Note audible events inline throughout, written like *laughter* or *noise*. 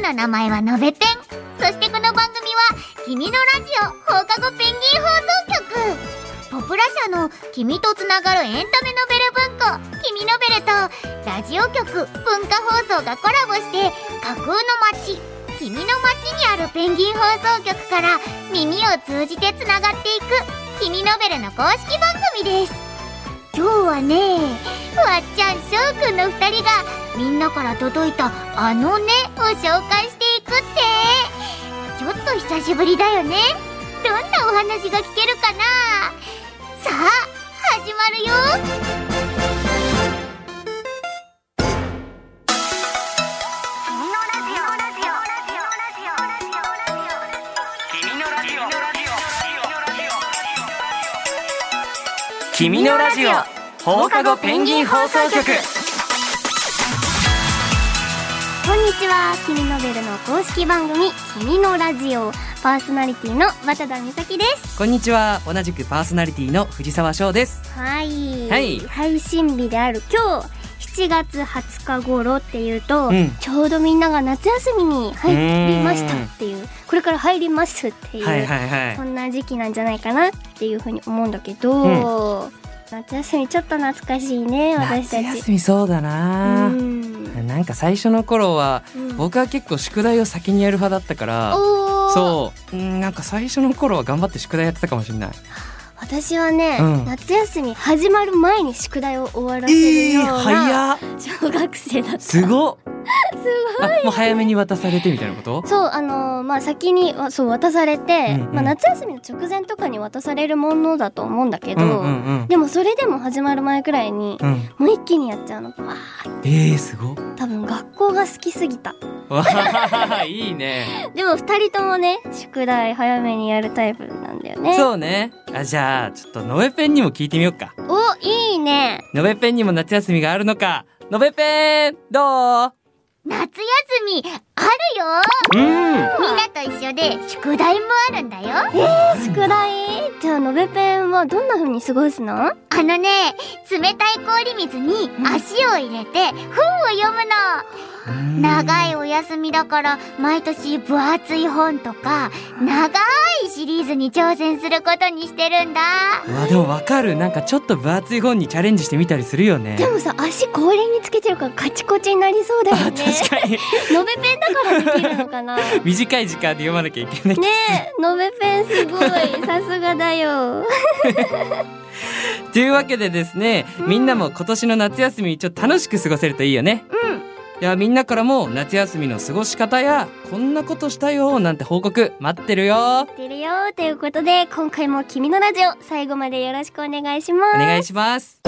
の名前はのべペンそしてこの番組は「君のラジオ放課後ペンギン放送局」ポプラ社の「君とつながるエンタメノベル文庫」「君ノベル」とラジオ局文化放送がコラボして架空の街「君の街にあるペンギン放送局から耳を通じてつながっていく「君ノベル」の公式番組です今日はねわっちゃんしょうくんの2人がみんなから届いた「あのね」を紹介していくってちょっと久しぶりだよねどんなお話が聞けるかなさあ始まるよ君のラジオ君のラジオ放課後ペンギン放送局こんにちは君ノベルの公式番組君のラジオパーソナリティの渡田美咲ですこんにちは同じくパーソナリティの藤沢翔ですはい、はい配信日である今日7月20日頃っていうと、うんちょうどみんなが夏休みに入りましたっていうこれから入りますっていう、はいはいはそいんな時期なんじゃないかなっていうふうに思うんだけど、夏休みちょっと懐かしいね私た夏ち休みそうだなうんなんか最初の頃はうん僕は結構宿題を先にやる派だったからおーそううんなんか最初の頃は頑張って宿題やってたかもしれない私はね、うん夏休み始まる前に宿題を終わらせるえようーな早っ小学生だった。すごっ *laughs* あもう早めに渡されてみたいなことそうあのーまあ先にわそう渡されて、うんうんまあ、夏休みの直前とかに渡されるものだと思うんだけど、うんうんうんでもそれでも始まる前くらいにうんもう一気にやっちゃうのわーえーすごっ多分学校が好きすぎたわあいいねでも二人ともね宿題早めにやるタイプなんだよねそうね。あ、じゃあ、ちょっと、のべペンにも聞いてみようか。おいいねのべペンにも夏休みがあるのか。のべペンどう夏休みあるようん。みんなと一緒で宿題もあるんだよ宿題じゃあのべペンはどんな風に過ごすのあのね冷たい氷水に足を入れて本を読むの長いお休みだから毎年分厚い本とか長いシリーズに挑戦することにしてるんだうわ、でもわかる。なんかちょっと分厚い本にチャレンジしてみたりするよね。でもさ足氷につけてるからカチコチになりそうだよあ、ね確かに。 *laughs* のべペンだからできるのかなね短い時間で読まなきゃいけない。えのべペンすごいさすがだよというわけでですね、みんなも今年の夏休み、ちょっと楽しく過ごせるといいよね。うん。いや、みんなからも夏休みの過ごし方や、こんなことしたよ、なんて報告待ってるよ。出るよということで今回も君のラジオ最後までよろしくお願いしまおす願いします。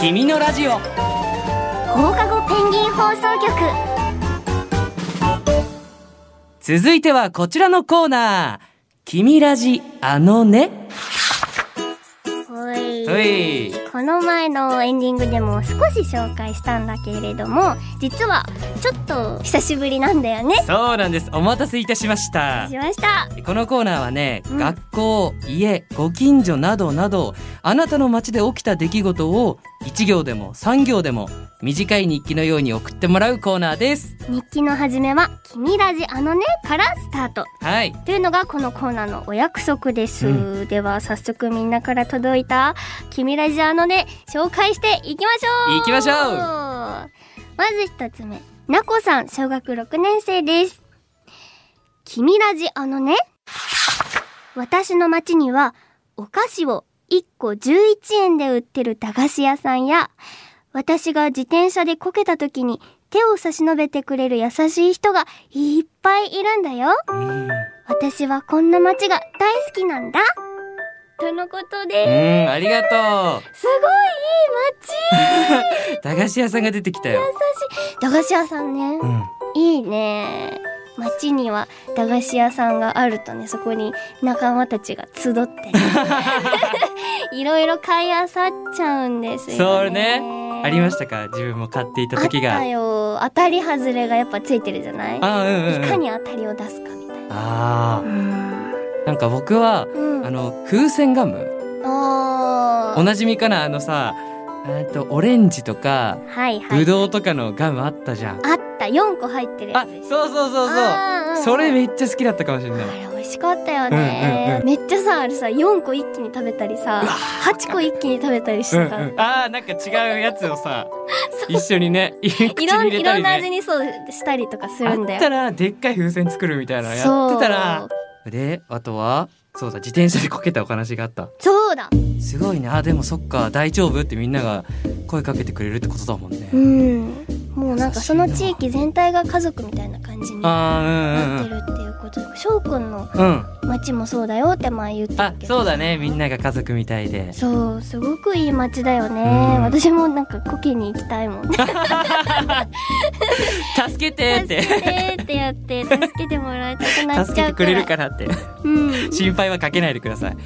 君のラジオ。放課後ペンギン放送局続いてはこちらのコーナー。君ラジ、あのね。ほいほい。この前のエンディングでも少し紹介したんだけれども実はちょっと久しぶりなんだよねそうなんです。お待たせいたしましたし。ましたこのコーナーはね、うん学校、家、ご近所などなど、あなたの街で起きた出来事を、1行でも3行でも、短い日記のように送ってもらうコーナーです。日記の始めは「君ラジあのね」からスタートはい。というのがこのコーナーのお約束です、うでは早速みんなから届いた「君ラジアのね」紹介していきましょう行きましょうまず一つ目なこさん小学6年生です「君ラジあのね」私の町にはお菓子を1個11円で売ってる駄菓子屋さんや私が自転車でこけた時に手を差し伸べてくれる優しい人がいっぱいいるんだよ。うん。私はこんな街が大好きなんだとのことでありがとすごいいい街う。駄菓子屋さんが出てきたよ。駄菓子屋さんねうん。いいね街には駄菓子屋さんがあるとねそこに仲間たちが集ってね *laughs* いろいろ買いあさっちゃうんですよねそうね。ありましたか自分も買っていた時あっがた。よ当たり外れがやっぱついてるじゃないいあ、うんうん、うん。かに当たりを出すかみたいなああ、なんか僕は、うんあの、風船ガムあおなじみかなあのさ、えっと、オレンジとか、ーはいはいぶどうとかのガムあったじゃん。あった4個入ってるやあつそうですそうそうそうあーそれめっちゃ好きだったかもしれないあれ美味しかったよね、うめっちゃさあれさ4個一気に食べたりさ8個一気に食べたりしてうんた、うん、あーなんか違うやつをさ一緒に *laughs* ね口にいろん入れいたろんりな味ねにそうしたりとかすあるんだっよたらでっかい風船作るみたいなのやってたらであとはそうだ自転車でこけたお話があったそうそうだすごいねあでもそっか大丈夫ってみんなが声かけてくれるってことだもんね、うんもうなんかその優しい地な域全体が家族みたいな感じになっあてるっていうこと翔くんのーうんうんうんうん町もそうだよって前言ってあるけどそうだねみんなが家族みたいでそうすごくいい町だよね、うん私もなんかコケに行きたい *laughs* もん助助けてってけてってやって助けてもらいたくなっ助ちゃけてうくくられいるからってうん心配はかけないでください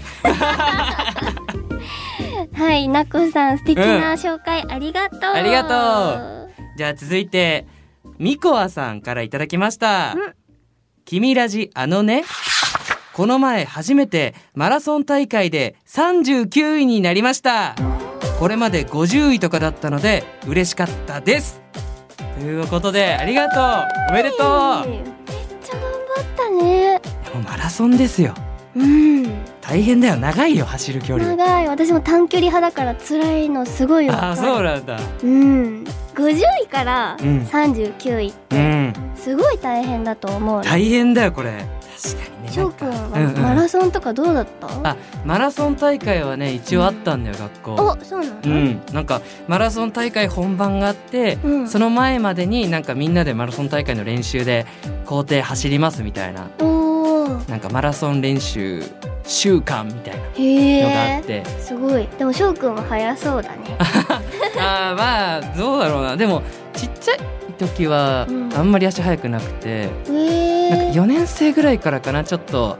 はいなこさん素敵な紹介ありがとう、ありがじゃあ続いてみこあさんからいただきましたうん「君ラジあのね」この前初めてマラソン大会で39位になりましたこれまで50位とかだったので嬉しかったですということでありがとうおめでめっとうちゃ頑張ったねもうマラソンですようん大変だよ長いよ走る距離長い私も短距離派だから辛いのすごいわかあるあそうなんだうん50位からうん39位、うんすごい大変だと思う大変だよこれ確かにね翔くんはうんうんマラソンとかどうだった、あマラソン大会はね一応あったんだよ学校おそうなの、うん、なんかマラソン大会本番があって、うんその前までになんかみんなでマラソン大会の練習で校庭走りますみたいなおーなんかマラソン練習週間みたいなへのがあえって、すごいでも翔くんは早そうだねあーまあどうだろうなでもちっちゃい時はうんあんまり足速くなくて、へなんえか4年生ぐらいからかなちょっと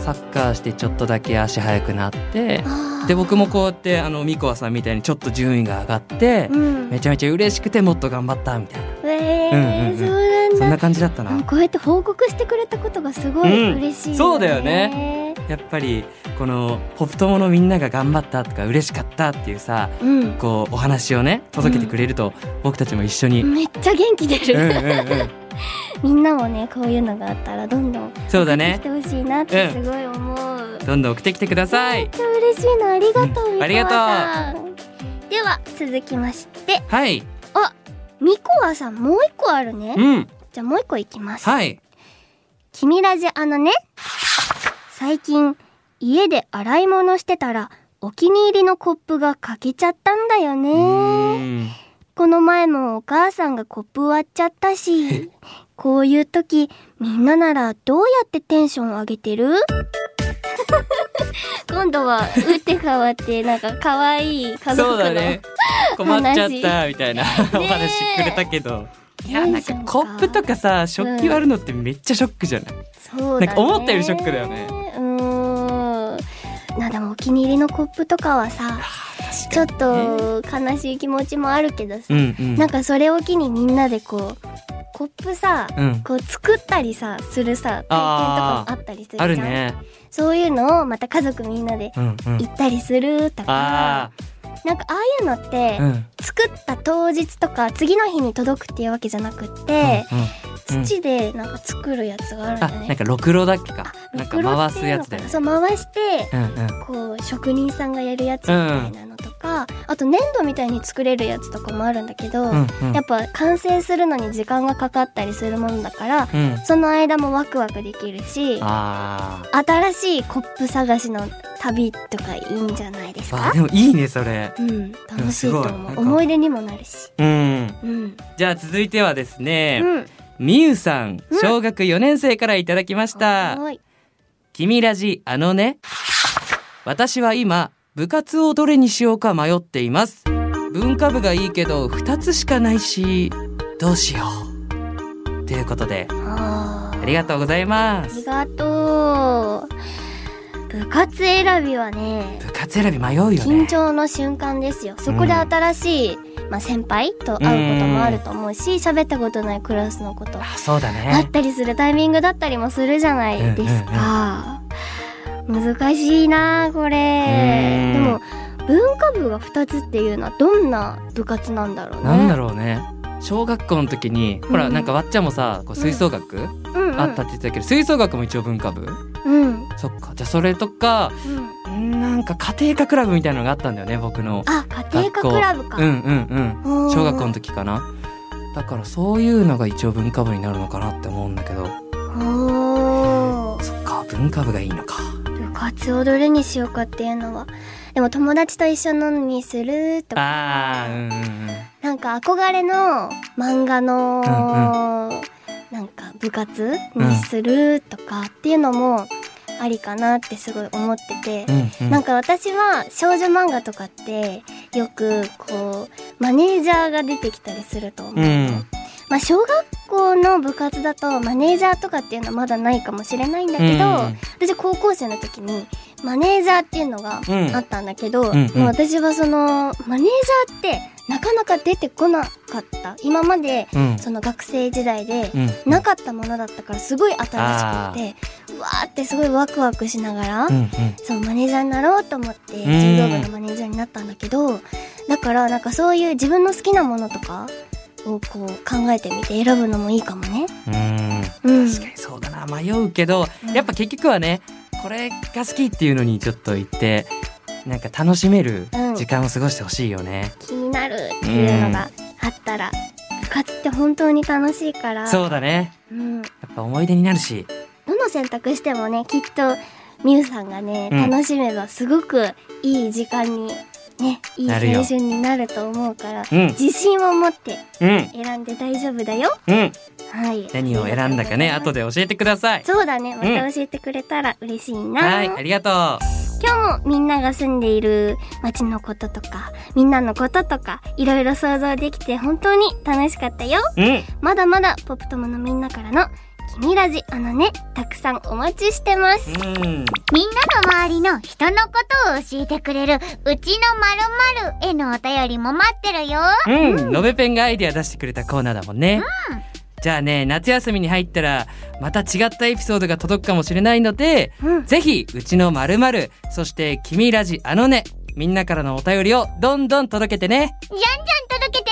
サッカーしてちょっとだけ足速くなってあーで僕もこうやってあのミコワさんみたいにちょっと順位が上がってう、んめちゃめちゃ嬉しくてもっと頑張ったみたいな。えうんうんー、うんそうそんなんなだ感じだったな。こうやって報告してくれたことがすごい嬉しい、ねうんそうだよねやっぱりこのポップ友のみんなが頑張ったとか嬉しかったっていうさ、うんこうお話をね届けてくれると僕たちも一緒に。うんめっちゃ元気出うんる、うん。みんなもねこういうのがあったらどんどんそうだ来ねて。ほしいなってすごい思う、どんどん送ってきてくださめっい。ちゃ嬉しいなありがとう、うんみこありがとうわさんでは続きましてはい。みこわさんもう一個あるねうん。じゃあもう一個いきますはい。君ラジあのね最近家で洗い物してたらお気に入りのコップが欠けちゃったんだようねーんこの前もお母さんがコップ割っちゃった *laughs* しこういう時みんなならどうやってテンション上げて *laughs* る今度は打って変わってなんか可愛い家族そのうだね。 *laughs* 困っちゃったみたいなお話くれたけど。いやなんかコップとかさ食器割るのってめっちゃショックじゃない、そうだねなんか思ったよりショックだよねうーんなんだもお気に入りのコップとかはさちょっと悲しい気持ちもあるけどさ、うんうんなんかそれを機にみんなでこうコップさ、うんこう作ったりさするさ体験とかもあったりするじゃんあるねそういうのをまた家族みんなでうんうん行ったりするとかあなんかああいうのって、あうん作った当日とか次の日に届くっていうわけじゃなくって、うんうんうん土でなんか作るやつがあるんだあ、よねなんかろくろだっけか。なんかろくろ回ってすいうやのつだかよなね。そう回してうんうん。こう職人さんがやるやつみたいなのとか、あと粘土みたいに作れるやつとかもあるんだけど、うんうんやっぱ完成するのに時間がかかったりするものだからうん。その間もワクワクできるしあー新しいコップ探しの旅とかいいんじゃないですあ。かでもいいねそれ。うん、楽しいとうんすごい思なんうか思い出にもなるし、うん。うんじゃあ続いてはですね、うん、みゆさん、小学4年生からいただきました。はい君ラジあのね私は今部活をどれにしようか迷っています文化部がいいけど2つしかないしどうしようということであーありがとうございまあすりがとう部活選びはね部活選び迷うよね緊張の瞬間ですよそこで新しい、まあ、先輩と会うこともあると思うし喋ったことないクラスのことあそうだ会っねたりするタイミングだったりもするじゃないですか、難しいなこれうんでも文化部が2つっていうのはどんな部活なんだろうねなんだろうね小学校の時にほらなんかわっちゃんもさこう吹奏楽うんうんあったって言ってたけど吹奏楽も一応文化部うんうんそっかじゃあそれとかんなんか家庭科クラブみたいなのがあったんだよね僕のあ家庭科クラブかうんうんおうんー小学校の時かなだからそういうのが一応文化部になるのかなって思うんだけどおーそっか文化部がいいのか部活をどれにしようかっていうのはでも友達と一緒のにするとかあーうんうんうんなんか憧れの漫画の、うんなんか部活にするとかっていうのもありかなってすごい思ってて、うんうんなんか私は少女漫画とかってよくこうマネージャーが出てきたりすると思う、うんまあ、小学校の部活だとマネージャーとかっていうのはまだないかもしれないんだけど、私高校生の時にマネージャーっていうのがうんあったんだけど、んうんもう私はそのマネージャーってなかなか出てこなかった今までうんうんその学生時代でうんなかったものだったからすごい新しくあてうわーってすごいワクワクしながら、うんうんそうマネージャーになろうと思ってうん柔道部のマネージャーになったんだけどだからなんかそういう自分の好きなものとかをこう考えてみて選ぶのもいいかもね。うんうん、確かにそうだな迷うけど、うんやっぱ結局はねこれが好きっていうのにちょっと行ってなんか楽しめるうん時間を過ごしてほしいよね、気になるっていうのがあったら、部活って本当に楽しいからそうだねうん、やっぱ思い出になるしどの選択してもねきっとみゆさんがね、うん楽しめばすごくいい時間にねいいなるよ青春になると思うからうん自信を持ってうん選んで大丈夫だようんはい何を選んだかね後でで教えてくださいそうだねまうた教えてくれたら嬉しいな、はいありがと今日もみんなが住んでいる街のこととかみんなのこととかいろいろ想像できて本当に楽しかったよううんまだまだポップトムのみんなからの「君ラジ」あのねたくさんお待ちしてますうんみんなの周りの人のことを教えてくれるうちのまるまるへのお便りも待ってるようん、のべペンがアイディア出してくれたコーナーだもんね、じゃあね夏休みに入ったらまた違ったエピソードが届くかもしれないので、うんぜひうちのまるまるそして君ラジあのねみんなからのお便りをどんどん届けてねじゃんじゃん届けて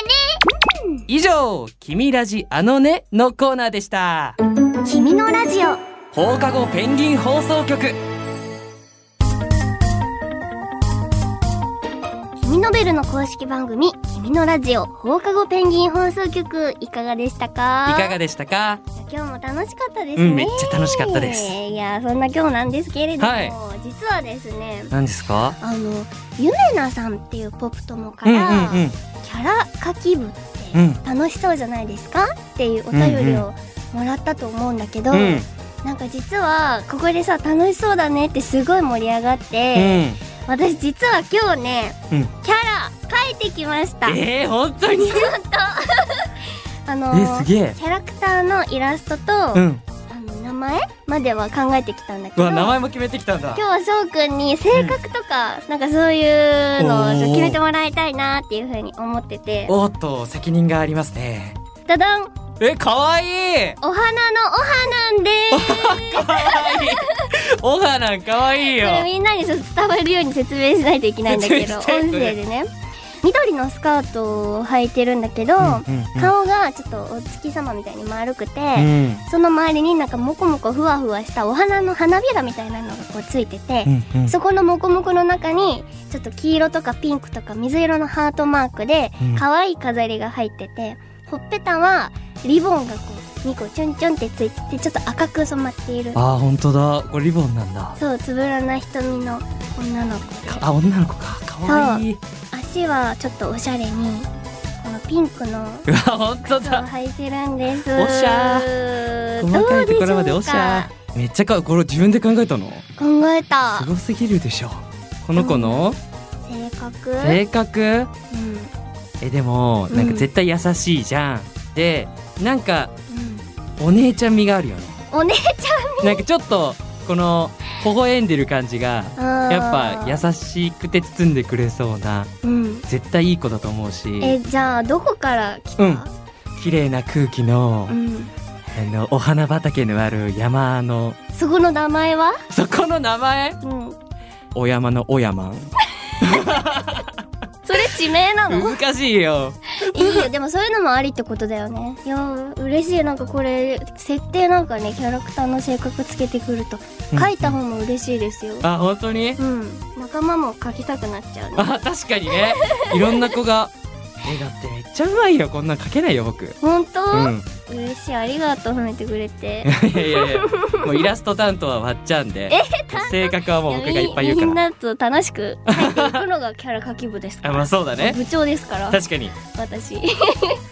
ね以上君ラジあのねのコーナーでした君のラジオ放課後ペンギン放送局君のベルの公式番組君のラジオ放課後ペンギン放送局いかがでしたかいかがでしたか今日も楽しかったですうね、んめっちゃ楽しかったですいやそんな今日なんですけれども、はい実はですね何ですかあのゆめなさんっていうポップ友かうんうんら、うんキャラ書き部ってうん楽しそうじゃないですかっていうお便りをもらったと思うんだけど、うんなんか実はここでさ楽しそうだねってすごい盛り上がって、私実は今日ね、うんキャラ書いてきましたうんえー、本当にあのえーすげえキャラクターのイラストと、うあんの名前までは考えてきたんだけうどわ名今前も決めてきたんだ日は翔くんに性格とか、なんかそういうのをちょっと決めてもらいたいなっていうふうに思ってておっと責任がありますねダダンえ可愛いお花のお花なんです可愛いおはなん可愛いこよれみんなにちょっと伝わるように説明しないといけないんだけど説音明して声でね緑のスカートを履いてるんだけど、うんうんうん顔がちょっとお月様みたいに丸くて、うんその周りになんかモコモコふわふわしたお花の花びらみたいなのがこうついてて、うんうんそこのモコモコの中にちょっと黄色とかピンクとか水色のハートマークでうん可愛い飾りが入ってて、ほっぺたはリボンがこう2個チュンチュンってついててちょっと赤く染まっているあー本当だこれリボンなんだそうつぶらな瞳の女の子でかあ女の子か可愛い足はちょっとおしゃれにこのピンクのうわ本当靴をだ履いてるんですおしゃー細かいところまでどおうでししょうかゃめっちゃかこれ自分で考えたの考えたすごすぎるでしょこの子の性格、性格うんうんえでもうんなんか絶対優しいじゃんでなんかお姉ちゃん味があるよねお姉ちなんかちょっとこの微笑んでる感じがゃんやっぱ優しくて包んでくれそうなうん絶対いい子だと思うしえじゃあどこから来た、うん綺麗な空気の,、うんあのお花畑のある山のそこの名前は、そこの名前うん、お山のお山それ地名なの難しいよ *laughs* いいよでもそういうのもありってことだよねいや嬉しいなんかこれ設定なんかねキャラクターの性格つけてくるとうん書いた方も嬉しいですよあ本当にうん仲間も書きたくなっちゃうねあ確かにねいろんな子がえだってめっちゃうまいよこんなん書けない *laughs* よ僕本当、うん嬉しいありがとう褒めてくれ *laughs* ていやいやいやもうイラスト担当はわっちゃんで性格はもう僕がいっぱいや言みうんからなと楽しく書いていくのがキャラ書き部ですか *laughs* あらまあそうだね部長ですから確かに、私い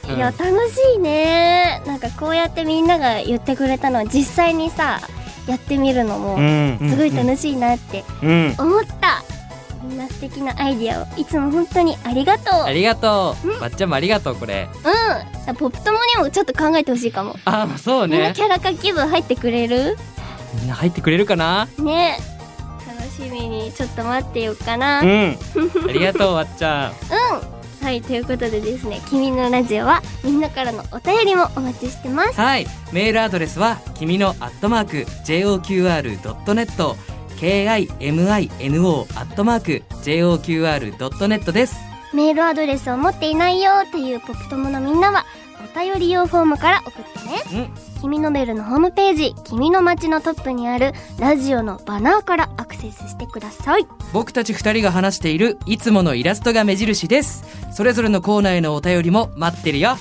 うんや楽しいねなんかこうやってみんなが言ってくれたの実際にさやってみるのもうんすごい楽しいなってうん、うん思ったみんな素敵なアイディアをいつも本当にありがとうありがとうわっちゃんもありがとうこれうんポップ友にもちょっと考えてほしいかも、あまあそうみんなねキャラ書き部入ってくれるみんな入ってくれるかなね楽しみにちょっと待ってようかな、うんありがとうわっちゃんはいということでですね「君のラジオ」はみんなからのお便りもお待ちしてますはい、メールアドレスは君のアットマーク JOQR.net KIMINO アットマーク JOQR.net ですメールアドレスを持っていないよというポップ友のみんなはお便り用フォームから送ってねうん君のベルのホームページ「君の街」のトップにあるラジオのバナーからアクセスしてください僕たち二人が話しているいつものイラストが目印ですそれぞれのコーナーへのお便りも待ってるよ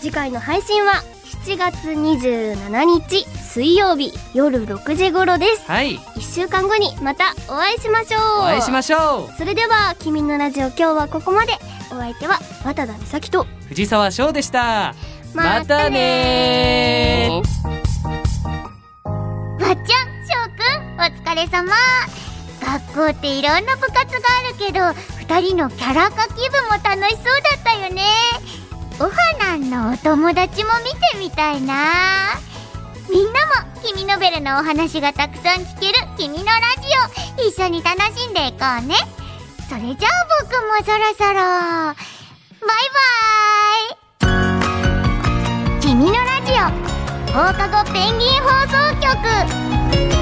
次回の配信は7月27日水曜日夜6時頃ですはい1週間後にまたお会いしましょうお会いしましょそれでは「君のラジオ」今日はここまでお相手は渡田美咲とう藤沢翔でしたまたねーわっちゃん翔くんお疲れ様学校っていろんな部活があるけど2人のキャラ化気分も楽しそうだったよねおはなんのお友達も見てみたいなみんなも「君のベル」のお話がたくさん聞ける「君のラジオ」一緒に楽しんでいこうねそれじゃあ僕もそろそろバイバイ「君のラジオ」放課後ペンギン放送局